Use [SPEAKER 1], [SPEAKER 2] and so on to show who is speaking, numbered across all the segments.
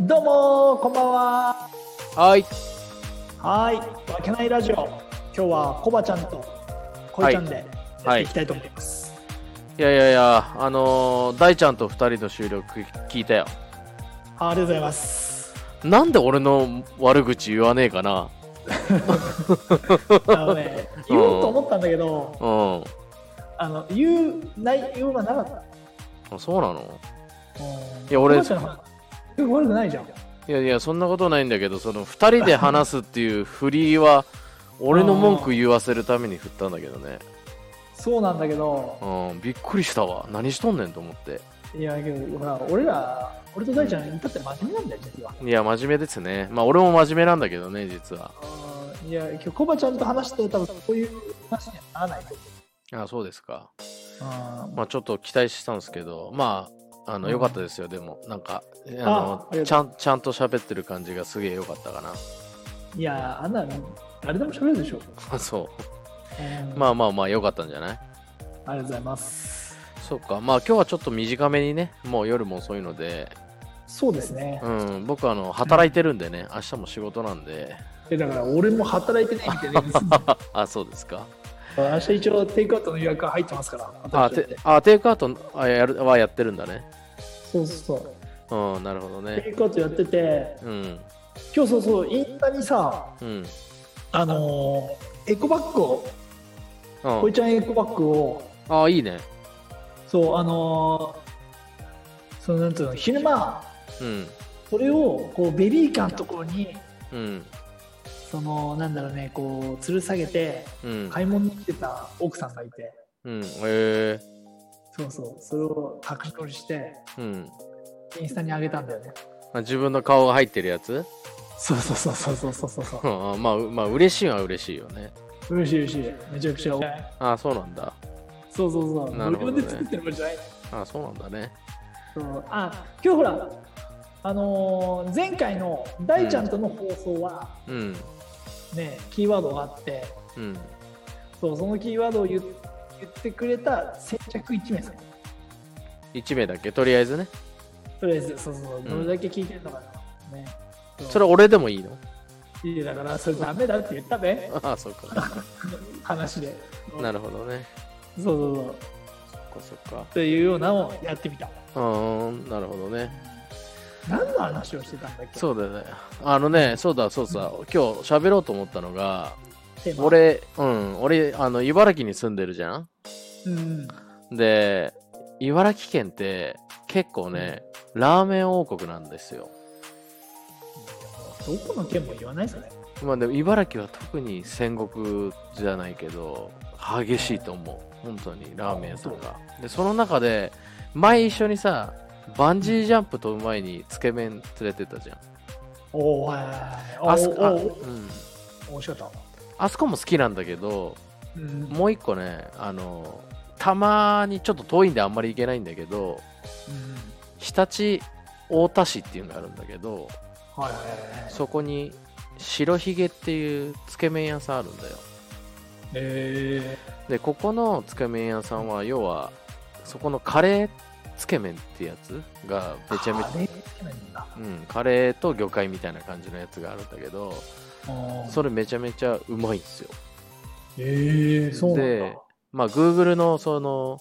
[SPEAKER 1] どうもこんばんは
[SPEAKER 2] はい。
[SPEAKER 1] はいわけないラジオ今日はコバちゃんとコイちゃんでやっていきたいと思います、
[SPEAKER 2] いやいやいや、あのー大ちゃんと二人の収録聞いたよ。
[SPEAKER 1] あありがとうございます
[SPEAKER 2] なんで俺の悪口言わねえかな。
[SPEAKER 1] あの ね言おうと思ったんだけど
[SPEAKER 2] うん。
[SPEAKER 1] あの言う内容がなかっ
[SPEAKER 2] あそうなの
[SPEAKER 1] たうん
[SPEAKER 2] いや俺
[SPEAKER 1] コバちゃんの話よく悪くないじゃん
[SPEAKER 2] いやいや、そんなことないんだけど、その二人で話すっていう振りは、俺の文句言わせるために振ったんだけどね。
[SPEAKER 1] そうなんだけど
[SPEAKER 2] うん、びっくりしたわ。何しとんねんと思って。
[SPEAKER 1] いやけどほら俺ら俺と大ちゃんに至って真面目なんだよ実はい
[SPEAKER 2] や、真面目ですね。まあ、俺も真面目なんだけどね、実は。
[SPEAKER 1] うんいや今日コバちゃんと話して多分そういう話にはならないと
[SPEAKER 2] あ、そうですか。
[SPEAKER 1] 思ううん
[SPEAKER 2] まあ、ちょっと期待してたんですけど、まあ、あの、
[SPEAKER 1] うん
[SPEAKER 2] 良かったですよ、でも、なんか、
[SPEAKER 1] あ
[SPEAKER 2] あ
[SPEAKER 1] ありがと
[SPEAKER 2] の、
[SPEAKER 1] う
[SPEAKER 2] ちゃん、ちゃんと喋ってる感じがすげえ良かったかな。
[SPEAKER 1] いやあんな誰でも喋れるでしょ
[SPEAKER 2] あそう。
[SPEAKER 1] うん
[SPEAKER 2] まあまあまあ、良かったんじゃな
[SPEAKER 1] あ
[SPEAKER 2] い
[SPEAKER 1] りがとうございます。
[SPEAKER 2] そうか。まあ、今日はちょっと短めにね、もう夜も遅いので、
[SPEAKER 1] そうですね。
[SPEAKER 2] うん、僕、あの、働いてるんでね、明日も仕事なんで、
[SPEAKER 1] えだから俺も働いてないみたい なやつ。
[SPEAKER 2] あ、そうですか。
[SPEAKER 1] 明日一応テイクアウトの予約が入ってますから。
[SPEAKER 2] あ、、
[SPEAKER 1] 私だって
[SPEAKER 2] あ、テイクアウトあやるはやってるんだね。
[SPEAKER 1] そうそうそう。
[SPEAKER 2] うん、なるほどね。
[SPEAKER 1] テイクアウトやってて、
[SPEAKER 2] うん、
[SPEAKER 1] 今日そうそう、インスタにさ、
[SPEAKER 2] うん、うん。
[SPEAKER 1] あのーエコバッグを、こいちゃんエコバッグを、
[SPEAKER 2] あ、いいね。
[SPEAKER 1] そう、あのーそのなんていうの、昼間、
[SPEAKER 2] うん、
[SPEAKER 1] これをこうベビーカーのところに、
[SPEAKER 2] うん、
[SPEAKER 1] そのなんだろうね、こう吊る下げて、
[SPEAKER 2] うん。
[SPEAKER 1] 買い物に来てた奥さんがいて、
[SPEAKER 2] うん、へえ
[SPEAKER 1] そうそう、それを宅取りして、
[SPEAKER 2] うん。
[SPEAKER 1] インスタに上げたんだよね。
[SPEAKER 2] あ自分の顔が入ってるやつ
[SPEAKER 1] そうそうそうそうそうそうそうそ
[SPEAKER 2] うんあまあ、うまあ、嬉しいは嬉しいよね。
[SPEAKER 1] う。嬉しい嬉しい。めちゃくちゃ。
[SPEAKER 2] ああ、そうなんだ。
[SPEAKER 1] そうそうそう。
[SPEAKER 2] なるほどね
[SPEAKER 1] 自分で作ってるもんじゃない。
[SPEAKER 2] ああ、そうなんだね。
[SPEAKER 1] そうあ、今日ほら、あのー前回の大ちゃんとの放送は
[SPEAKER 2] うん、
[SPEAKER 1] ね、キーワードがあって、
[SPEAKER 2] うん。
[SPEAKER 1] そうそのキーワードを言言ってくれた先着1名さん。
[SPEAKER 2] 1名だけ、とりあえずね。
[SPEAKER 1] とりあえず、そうそう、
[SPEAKER 2] ん
[SPEAKER 1] どれだけ聞いてるのかな。ね。
[SPEAKER 2] それ俺でもいいの
[SPEAKER 1] いいだから、それダメだって言ったべ、
[SPEAKER 2] ああ、そっ か。
[SPEAKER 1] 話で。
[SPEAKER 2] な
[SPEAKER 1] る
[SPEAKER 2] るほどね。
[SPEAKER 1] そうそうそう。
[SPEAKER 2] そっかそっか。
[SPEAKER 1] というようなのをやってみた。
[SPEAKER 2] うーん、なるほどね。
[SPEAKER 1] 何の話をしてたんだっけ
[SPEAKER 2] そうだよね。あのね、そうだそうだ、今日喋ろうと思ったのが、
[SPEAKER 1] テーマ
[SPEAKER 2] 俺、うん、俺、あの、茨城に住んでるじゃん
[SPEAKER 1] うん
[SPEAKER 2] で、茨城県って結構ね、ラーメン王国なんですよ。
[SPEAKER 1] どこの県も言わないですね。
[SPEAKER 2] まあでも茨城は特に戦国じゃないけど激しいと思う本当にラーメン屋さんがでその中で前一緒にさバンジージャンプ飛ぶ前につけ麺連れてったじゃん
[SPEAKER 1] おーはいはいはい。
[SPEAKER 2] あそあ,、
[SPEAKER 1] お
[SPEAKER 2] う
[SPEAKER 1] ー
[SPEAKER 2] ん、
[SPEAKER 1] おー、惜しかった。
[SPEAKER 2] あそこも好きなんだけど
[SPEAKER 1] うん。
[SPEAKER 2] もう一個ねあのたまにちょっと遠いんであんまり行けないんだけど日立太田市っていうのがあるんだけど
[SPEAKER 1] はいはいはい。
[SPEAKER 2] そこに白ひげっていうつけ麺屋さんあるんだよ
[SPEAKER 1] え
[SPEAKER 2] でここのつけ麺屋さんは要はそこのカレーつけ麺ってやつが
[SPEAKER 1] ー、
[SPEAKER 2] めちゃめち
[SPEAKER 1] あ
[SPEAKER 2] ゃ、
[SPEAKER 1] れつけないんだ。
[SPEAKER 2] うん、カレーと魚介みたいな感じのやつがあるんだけど
[SPEAKER 1] あー
[SPEAKER 2] それめちゃめちゃうまいんですよ
[SPEAKER 1] えー、そうなん
[SPEAKER 2] で
[SPEAKER 1] だ。
[SPEAKER 2] まあ Google のその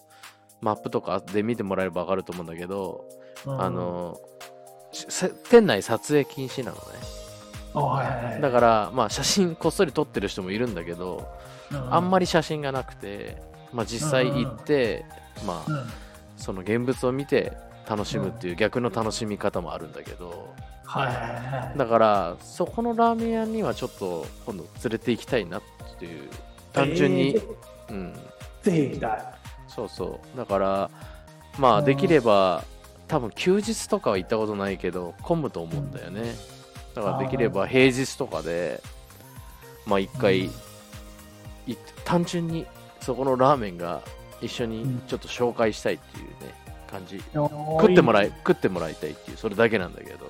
[SPEAKER 2] マップとかで見てもらえればわかると思うんだけど、
[SPEAKER 1] うん
[SPEAKER 2] あ、のしせ店内撮影禁止なのね
[SPEAKER 1] あはいはいはい。
[SPEAKER 2] だからまあ写真こっそり撮ってる人もいるんだけど、あんま
[SPEAKER 1] り、
[SPEAKER 2] り写真がなくて、まあ、実際行って、まあ、
[SPEAKER 1] うん
[SPEAKER 2] その現物を見て楽しむっていう逆の楽しみ方もあるんだけど
[SPEAKER 1] はいはいはい。
[SPEAKER 2] だからそこのラーメン屋にはちょっと今度連れて行きたいなっていう単純に、
[SPEAKER 1] えー
[SPEAKER 2] うん
[SPEAKER 1] ぜひ行きたい。
[SPEAKER 2] そうそうだからま
[SPEAKER 1] う
[SPEAKER 2] あ
[SPEAKER 1] ん
[SPEAKER 2] できれば多分休日とかは行ったことないけど混むと思うんだよねだからできれば平日とかでまあ一回、
[SPEAKER 1] うん
[SPEAKER 2] い単純にそこのラーメンが一緒にちょっと紹介したいっていうね感じ食ってもらい
[SPEAKER 1] い。
[SPEAKER 2] 食ってもらいたいっていうそれだけなんだけど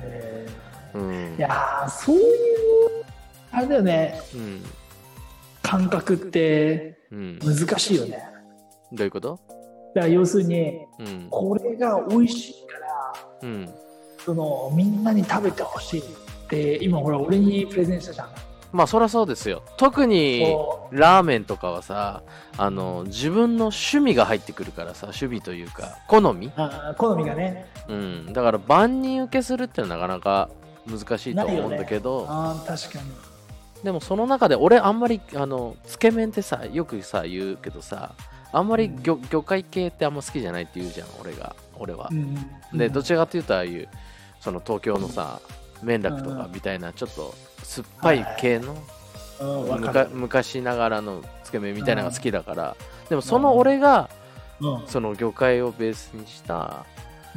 [SPEAKER 1] え
[SPEAKER 2] うん
[SPEAKER 1] ーいやー、そういう、あれだよね、
[SPEAKER 2] うん
[SPEAKER 1] 感覚って
[SPEAKER 2] うんど
[SPEAKER 1] 難しいよね。
[SPEAKER 2] ういうこと
[SPEAKER 1] だから要するに、
[SPEAKER 2] うん
[SPEAKER 1] これが美味しいから
[SPEAKER 2] うん
[SPEAKER 1] そのみんなに食べてほしいって今ほら俺にプレゼンしたじゃん
[SPEAKER 2] まあそりゃそうですよ特に
[SPEAKER 1] こ
[SPEAKER 2] ラーメンとかはさあの自分の趣味が入ってくるからさ趣味というか好み、
[SPEAKER 1] うあー好みがね
[SPEAKER 2] うん、だから万人受けするってのはなかなか難しいと思うんだけど、
[SPEAKER 1] あー確かに
[SPEAKER 2] でもその中で俺あんまりあのつけ麺ってさよくさ言うけどさあんまり魚,、魚介系ってあんま好きじゃないって言うじゃん俺が俺は
[SPEAKER 1] う、ん
[SPEAKER 2] でどち
[SPEAKER 1] ら
[SPEAKER 2] らかというとああいうその東京のさ麺楽とかみたいなちょっと酸っぱい系の
[SPEAKER 1] か、うんわ
[SPEAKER 2] む
[SPEAKER 1] か
[SPEAKER 2] か
[SPEAKER 1] る
[SPEAKER 2] 昔ながらのつけ麺みたいなのが好きだから、でもその俺が
[SPEAKER 1] うん
[SPEAKER 2] その魚介をベースにした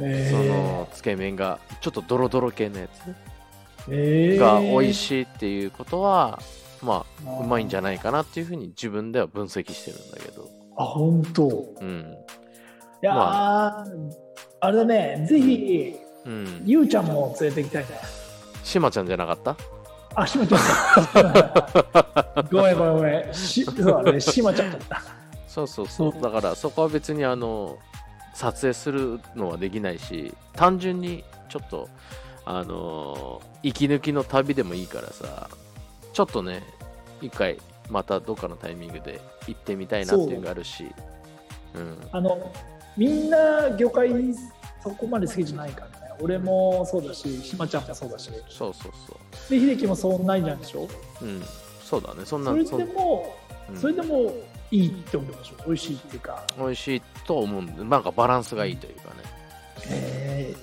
[SPEAKER 1] え
[SPEAKER 2] そ
[SPEAKER 1] ー
[SPEAKER 2] のつけ麺がちょっとドロドロ系のや
[SPEAKER 1] えー
[SPEAKER 2] つが美味しいっていうことはま
[SPEAKER 1] あ
[SPEAKER 2] あ
[SPEAKER 1] ー
[SPEAKER 2] うまいんじゃないかなっていうふうに自分では分析してるんだけど
[SPEAKER 1] あ本当い
[SPEAKER 2] うん
[SPEAKER 1] やー、あれだねぜひ
[SPEAKER 2] うん
[SPEAKER 1] ゆうちゃんも連れて行きたいね
[SPEAKER 2] しまちゃんじゃなかった
[SPEAKER 1] あ、しまちゃった。ごめんごめんごめん。し、そうだね、しまちゃった。
[SPEAKER 2] そうそうそううだからそこは別にあの撮影するのはできないし単純にちょっとあの息抜きの旅でもいいからさちょっとね一回またどっかのタイミングで行ってみたいなっていうのがあるしうん
[SPEAKER 1] あの、みんな魚介そこまで好きじゃないからね。俺もそうだし、しまちゃんもそうだし。
[SPEAKER 2] そうそうそ
[SPEAKER 1] で、秀樹もそんなんじゃんでしょ
[SPEAKER 2] ううんそうだねそんな
[SPEAKER 1] それ
[SPEAKER 2] そん
[SPEAKER 1] でも、
[SPEAKER 2] うん
[SPEAKER 1] それでもいいって思うでしょ美味しいっていうか。
[SPEAKER 2] 美味しいと思うんでなんかバランスがいいというかね
[SPEAKER 1] え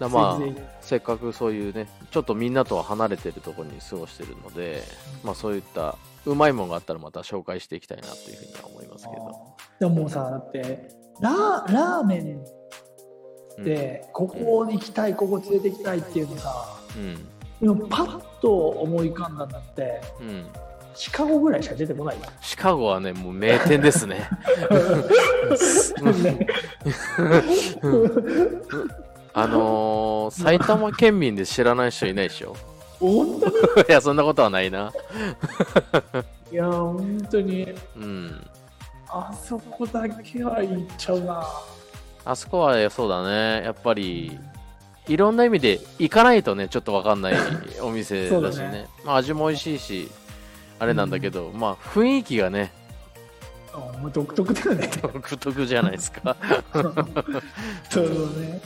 [SPEAKER 2] だまあせっかくそういうねちょっとみんなとは離れてるところに過ごしてるので、まあ、そういったうまいもんがあったらまた紹介していきたいなというふうには思いますけど、
[SPEAKER 1] でももうさ、だって、ラーラーメン
[SPEAKER 2] うん、
[SPEAKER 1] で、ここ行きたい、ここ連れて行きたいっていうのさ、
[SPEAKER 2] うん
[SPEAKER 1] 今パッと思い浮かんだんだって、
[SPEAKER 2] うん
[SPEAKER 1] シカゴぐらいしか出てこないよ。
[SPEAKER 2] シカゴはねもう名店で すね
[SPEAKER 1] ね
[SPEAKER 2] あのー、埼玉県民で知らない人いないでしょ
[SPEAKER 1] 本当に
[SPEAKER 2] いやそんなことはないない
[SPEAKER 1] や本当に
[SPEAKER 2] うん
[SPEAKER 1] あそこだけは行っちゃうな。
[SPEAKER 2] あそこはねそうだねやっぱりいろんな意味で行かないとねちょっと分かんないお店
[SPEAKER 1] そう
[SPEAKER 2] だ
[SPEAKER 1] だ
[SPEAKER 2] しね
[SPEAKER 1] ね
[SPEAKER 2] まあ、味も美味しいしあれなんだけど、まあ雰囲気がね
[SPEAKER 1] もう独特だよね。
[SPEAKER 2] 独特じゃないですか
[SPEAKER 1] そうね。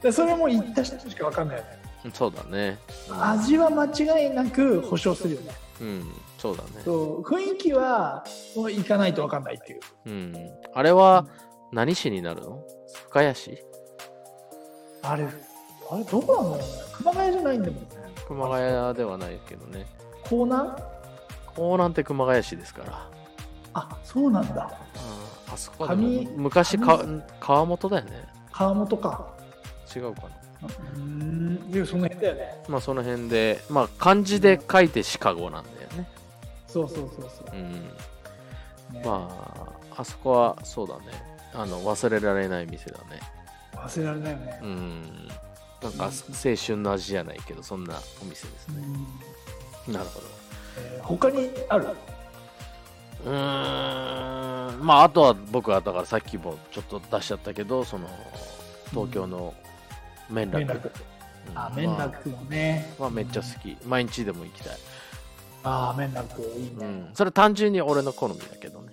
[SPEAKER 1] でそれも行った人しかわかんないよね。
[SPEAKER 2] そうだね
[SPEAKER 1] 味は間違いなく保証するよね。
[SPEAKER 2] うんそうだね
[SPEAKER 1] そう雰囲気はもう行かないとわかんないっていう。
[SPEAKER 2] うんあれは何市になるの深谷市
[SPEAKER 1] あれあれどこなの熊谷じゃないんだもんね。
[SPEAKER 2] 熊谷ではないけどね
[SPEAKER 1] 港南？
[SPEAKER 2] 港南って熊谷市ですから、
[SPEAKER 1] あそうなんだ。
[SPEAKER 2] うんあそこはでも
[SPEAKER 1] 上
[SPEAKER 2] 昔
[SPEAKER 1] 上
[SPEAKER 2] か川本だよね
[SPEAKER 1] 川本か。
[SPEAKER 2] 違うかな
[SPEAKER 1] うん。でもその辺だよね。
[SPEAKER 2] まあその辺で、まあ漢字で書いてシカゴなんだよね。
[SPEAKER 1] そうそうそうそうう。
[SPEAKER 2] ん。
[SPEAKER 1] ね
[SPEAKER 2] まあ、あそこはそうだね。あの、忘れられない店だね。
[SPEAKER 1] 忘れられないよね
[SPEAKER 2] う。ん。なんか青春の味じゃないけど、そんなお店です
[SPEAKER 1] う
[SPEAKER 2] ね。
[SPEAKER 1] ん
[SPEAKER 2] なるほど。
[SPEAKER 1] えー他にある
[SPEAKER 2] うーん。まああとは僕はだからさっきもちょっと出しちゃったけど、その、東京の麺楽。
[SPEAKER 1] 連絡。
[SPEAKER 2] うん
[SPEAKER 1] あ、麺楽もね。
[SPEAKER 2] まあまあめっちゃ好き。毎日でも行きたい。
[SPEAKER 1] あ、麺楽いいうね。
[SPEAKER 2] ん。それ単純に俺の好みだけどね。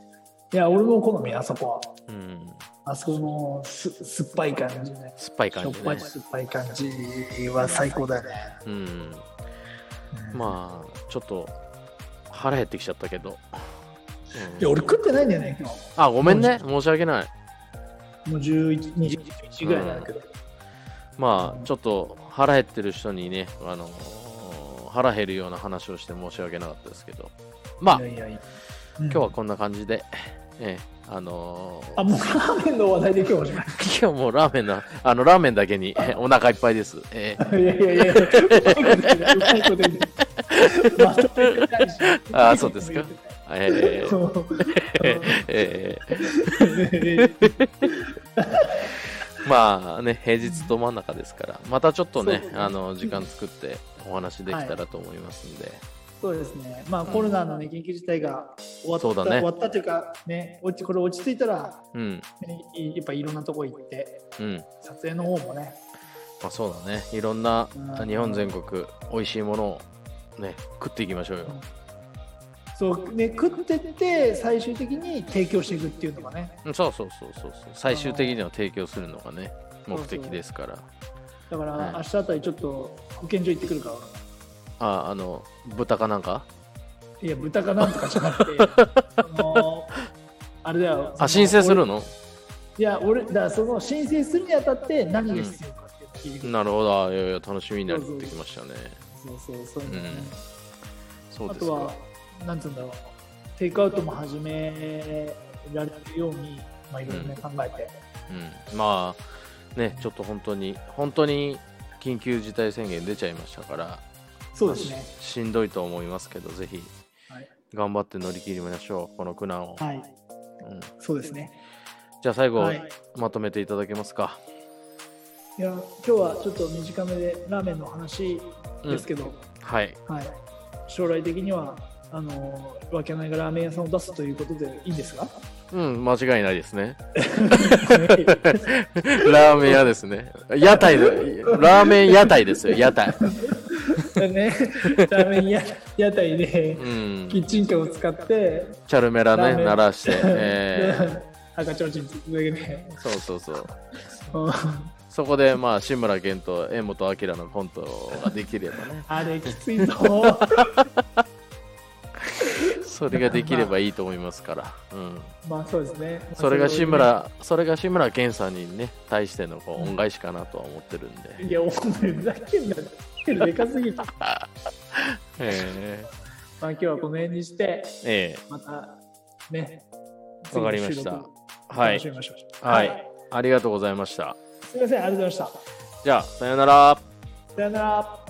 [SPEAKER 1] いや、俺も好み、あそこは。
[SPEAKER 2] うん。
[SPEAKER 1] あそこのす酸っぱい感じね。
[SPEAKER 2] 酸っぱい
[SPEAKER 1] しょ
[SPEAKER 2] 感
[SPEAKER 1] っ
[SPEAKER 2] じ
[SPEAKER 1] ぱ
[SPEAKER 2] ね
[SPEAKER 1] い。酸っぱい感じは最高だね。
[SPEAKER 2] うん。
[SPEAKER 1] うん
[SPEAKER 2] まあちょっと腹減ってきちゃったけど、
[SPEAKER 1] いや、俺食ってないんだよね、今日。
[SPEAKER 2] あごめんね申し訳ない
[SPEAKER 1] もう11、20 21ぐらいなんだけど。
[SPEAKER 2] まあちょっと腹減ってる人にねあのー腹減るような話をして申し訳なかったですけどまあ
[SPEAKER 1] いやいやいや
[SPEAKER 2] 今日はこんな感じで、ええあのー
[SPEAKER 1] あ、もうラーメンの話題で今日はおしまい。
[SPEAKER 2] 今日もうラーメンなあのラーメンだけにえお腹いっぱいです、ええ
[SPEAKER 1] いやいやいや、うまいこと言うまとめてないし
[SPEAKER 2] あそうですかええ ええまあね、平日ど真ん中ですから、またちょっとね
[SPEAKER 1] そう、そう
[SPEAKER 2] あの時間作ってお話できたらと思いますんで、
[SPEAKER 1] そうですね、まあ、
[SPEAKER 2] うん
[SPEAKER 1] コロナの、ね、緊急事態が終わった
[SPEAKER 2] そうだね
[SPEAKER 1] 終わったというか、ね、落ちこれ落ち着いたら、
[SPEAKER 2] うん、
[SPEAKER 1] いやっぱいろんなとこ行って、
[SPEAKER 2] うん、
[SPEAKER 1] 撮影の方もね、
[SPEAKER 2] まあ、そうだねいろんな
[SPEAKER 1] うん
[SPEAKER 2] 日本全国美味しいものをね食っていきましょうよ
[SPEAKER 1] そうね、食ってって最終的に提供していくっていうのがね
[SPEAKER 2] うんそうそうそうそうそう最終的には提供するのがね目的ですから
[SPEAKER 1] だから
[SPEAKER 2] はい
[SPEAKER 1] 明日あたりちょっと保健所行ってくるから
[SPEAKER 2] ああの豚かなんか
[SPEAKER 1] いや豚かなんとかじゃなくて あのあれだよ
[SPEAKER 2] あ申請する
[SPEAKER 1] の
[SPEAKER 2] の
[SPEAKER 1] いや俺だからその申請するにあたって何が必要かっていうのを聞いてくる、
[SPEAKER 2] なるほどあいやいや楽しみになってきましたね
[SPEAKER 1] そうそうそういうのね、
[SPEAKER 2] そう
[SPEAKER 1] あ
[SPEAKER 2] です
[SPEAKER 1] とは
[SPEAKER 2] か
[SPEAKER 1] なんつうんだろうテイクアウトも始められるようにまあいろいろね考えて、
[SPEAKER 2] うんまあねちょっと本当に本当に緊急事態宣言出ちゃいましたから
[SPEAKER 1] そうですね
[SPEAKER 2] ししんどいと思いますけどぜひ
[SPEAKER 1] はい、
[SPEAKER 2] 頑張って乗り切りましょうこの苦難を、
[SPEAKER 1] はい、
[SPEAKER 2] うん
[SPEAKER 1] そうですね
[SPEAKER 2] じゃあ最後、
[SPEAKER 1] はい
[SPEAKER 2] まとめていただけますか
[SPEAKER 1] いや今日はちょっと短めでラーメンの話ですけど、
[SPEAKER 2] はい
[SPEAKER 1] はい、将来的にはあのわけないがラーメン屋さんを出すということでいいん です が
[SPEAKER 2] うん間違いないですね
[SPEAKER 1] は
[SPEAKER 2] ラーメン屋ですね屋台でラーメン屋台ですよ屋台
[SPEAKER 1] いね、ラーメン屋屋台で
[SPEAKER 2] うん
[SPEAKER 1] キッチンカーを使って、
[SPEAKER 2] チャルメラ
[SPEAKER 1] ラーメ
[SPEAKER 2] ね
[SPEAKER 1] ン
[SPEAKER 2] 鳴らして、 え
[SPEAKER 1] で赤ちょうちんつくだけ で
[SPEAKER 2] ー、そうそうそう
[SPEAKER 1] うん
[SPEAKER 2] そこでまあ志村けんと柄本明のコントができれば ね
[SPEAKER 1] あれきついぞ
[SPEAKER 2] それができればいいと思いますから、うん、
[SPEAKER 1] まあそうですね
[SPEAKER 2] それが志村それが志村けんさんにね対してのこう恩返しかなとは思ってるんで、
[SPEAKER 1] いやお前ふざけんなってでかすぎるま
[SPEAKER 2] え
[SPEAKER 1] あ今日はこの辺にして
[SPEAKER 2] ーえ
[SPEAKER 1] またね
[SPEAKER 2] わかりま
[SPEAKER 1] 次の収
[SPEAKER 2] した
[SPEAKER 1] 録
[SPEAKER 2] ーは
[SPEAKER 1] 楽し
[SPEAKER 2] い
[SPEAKER 1] みましょう
[SPEAKER 2] はいありがとうございました
[SPEAKER 1] すみませんありがとうございまし
[SPEAKER 2] じゃあさよなら
[SPEAKER 1] たさよなら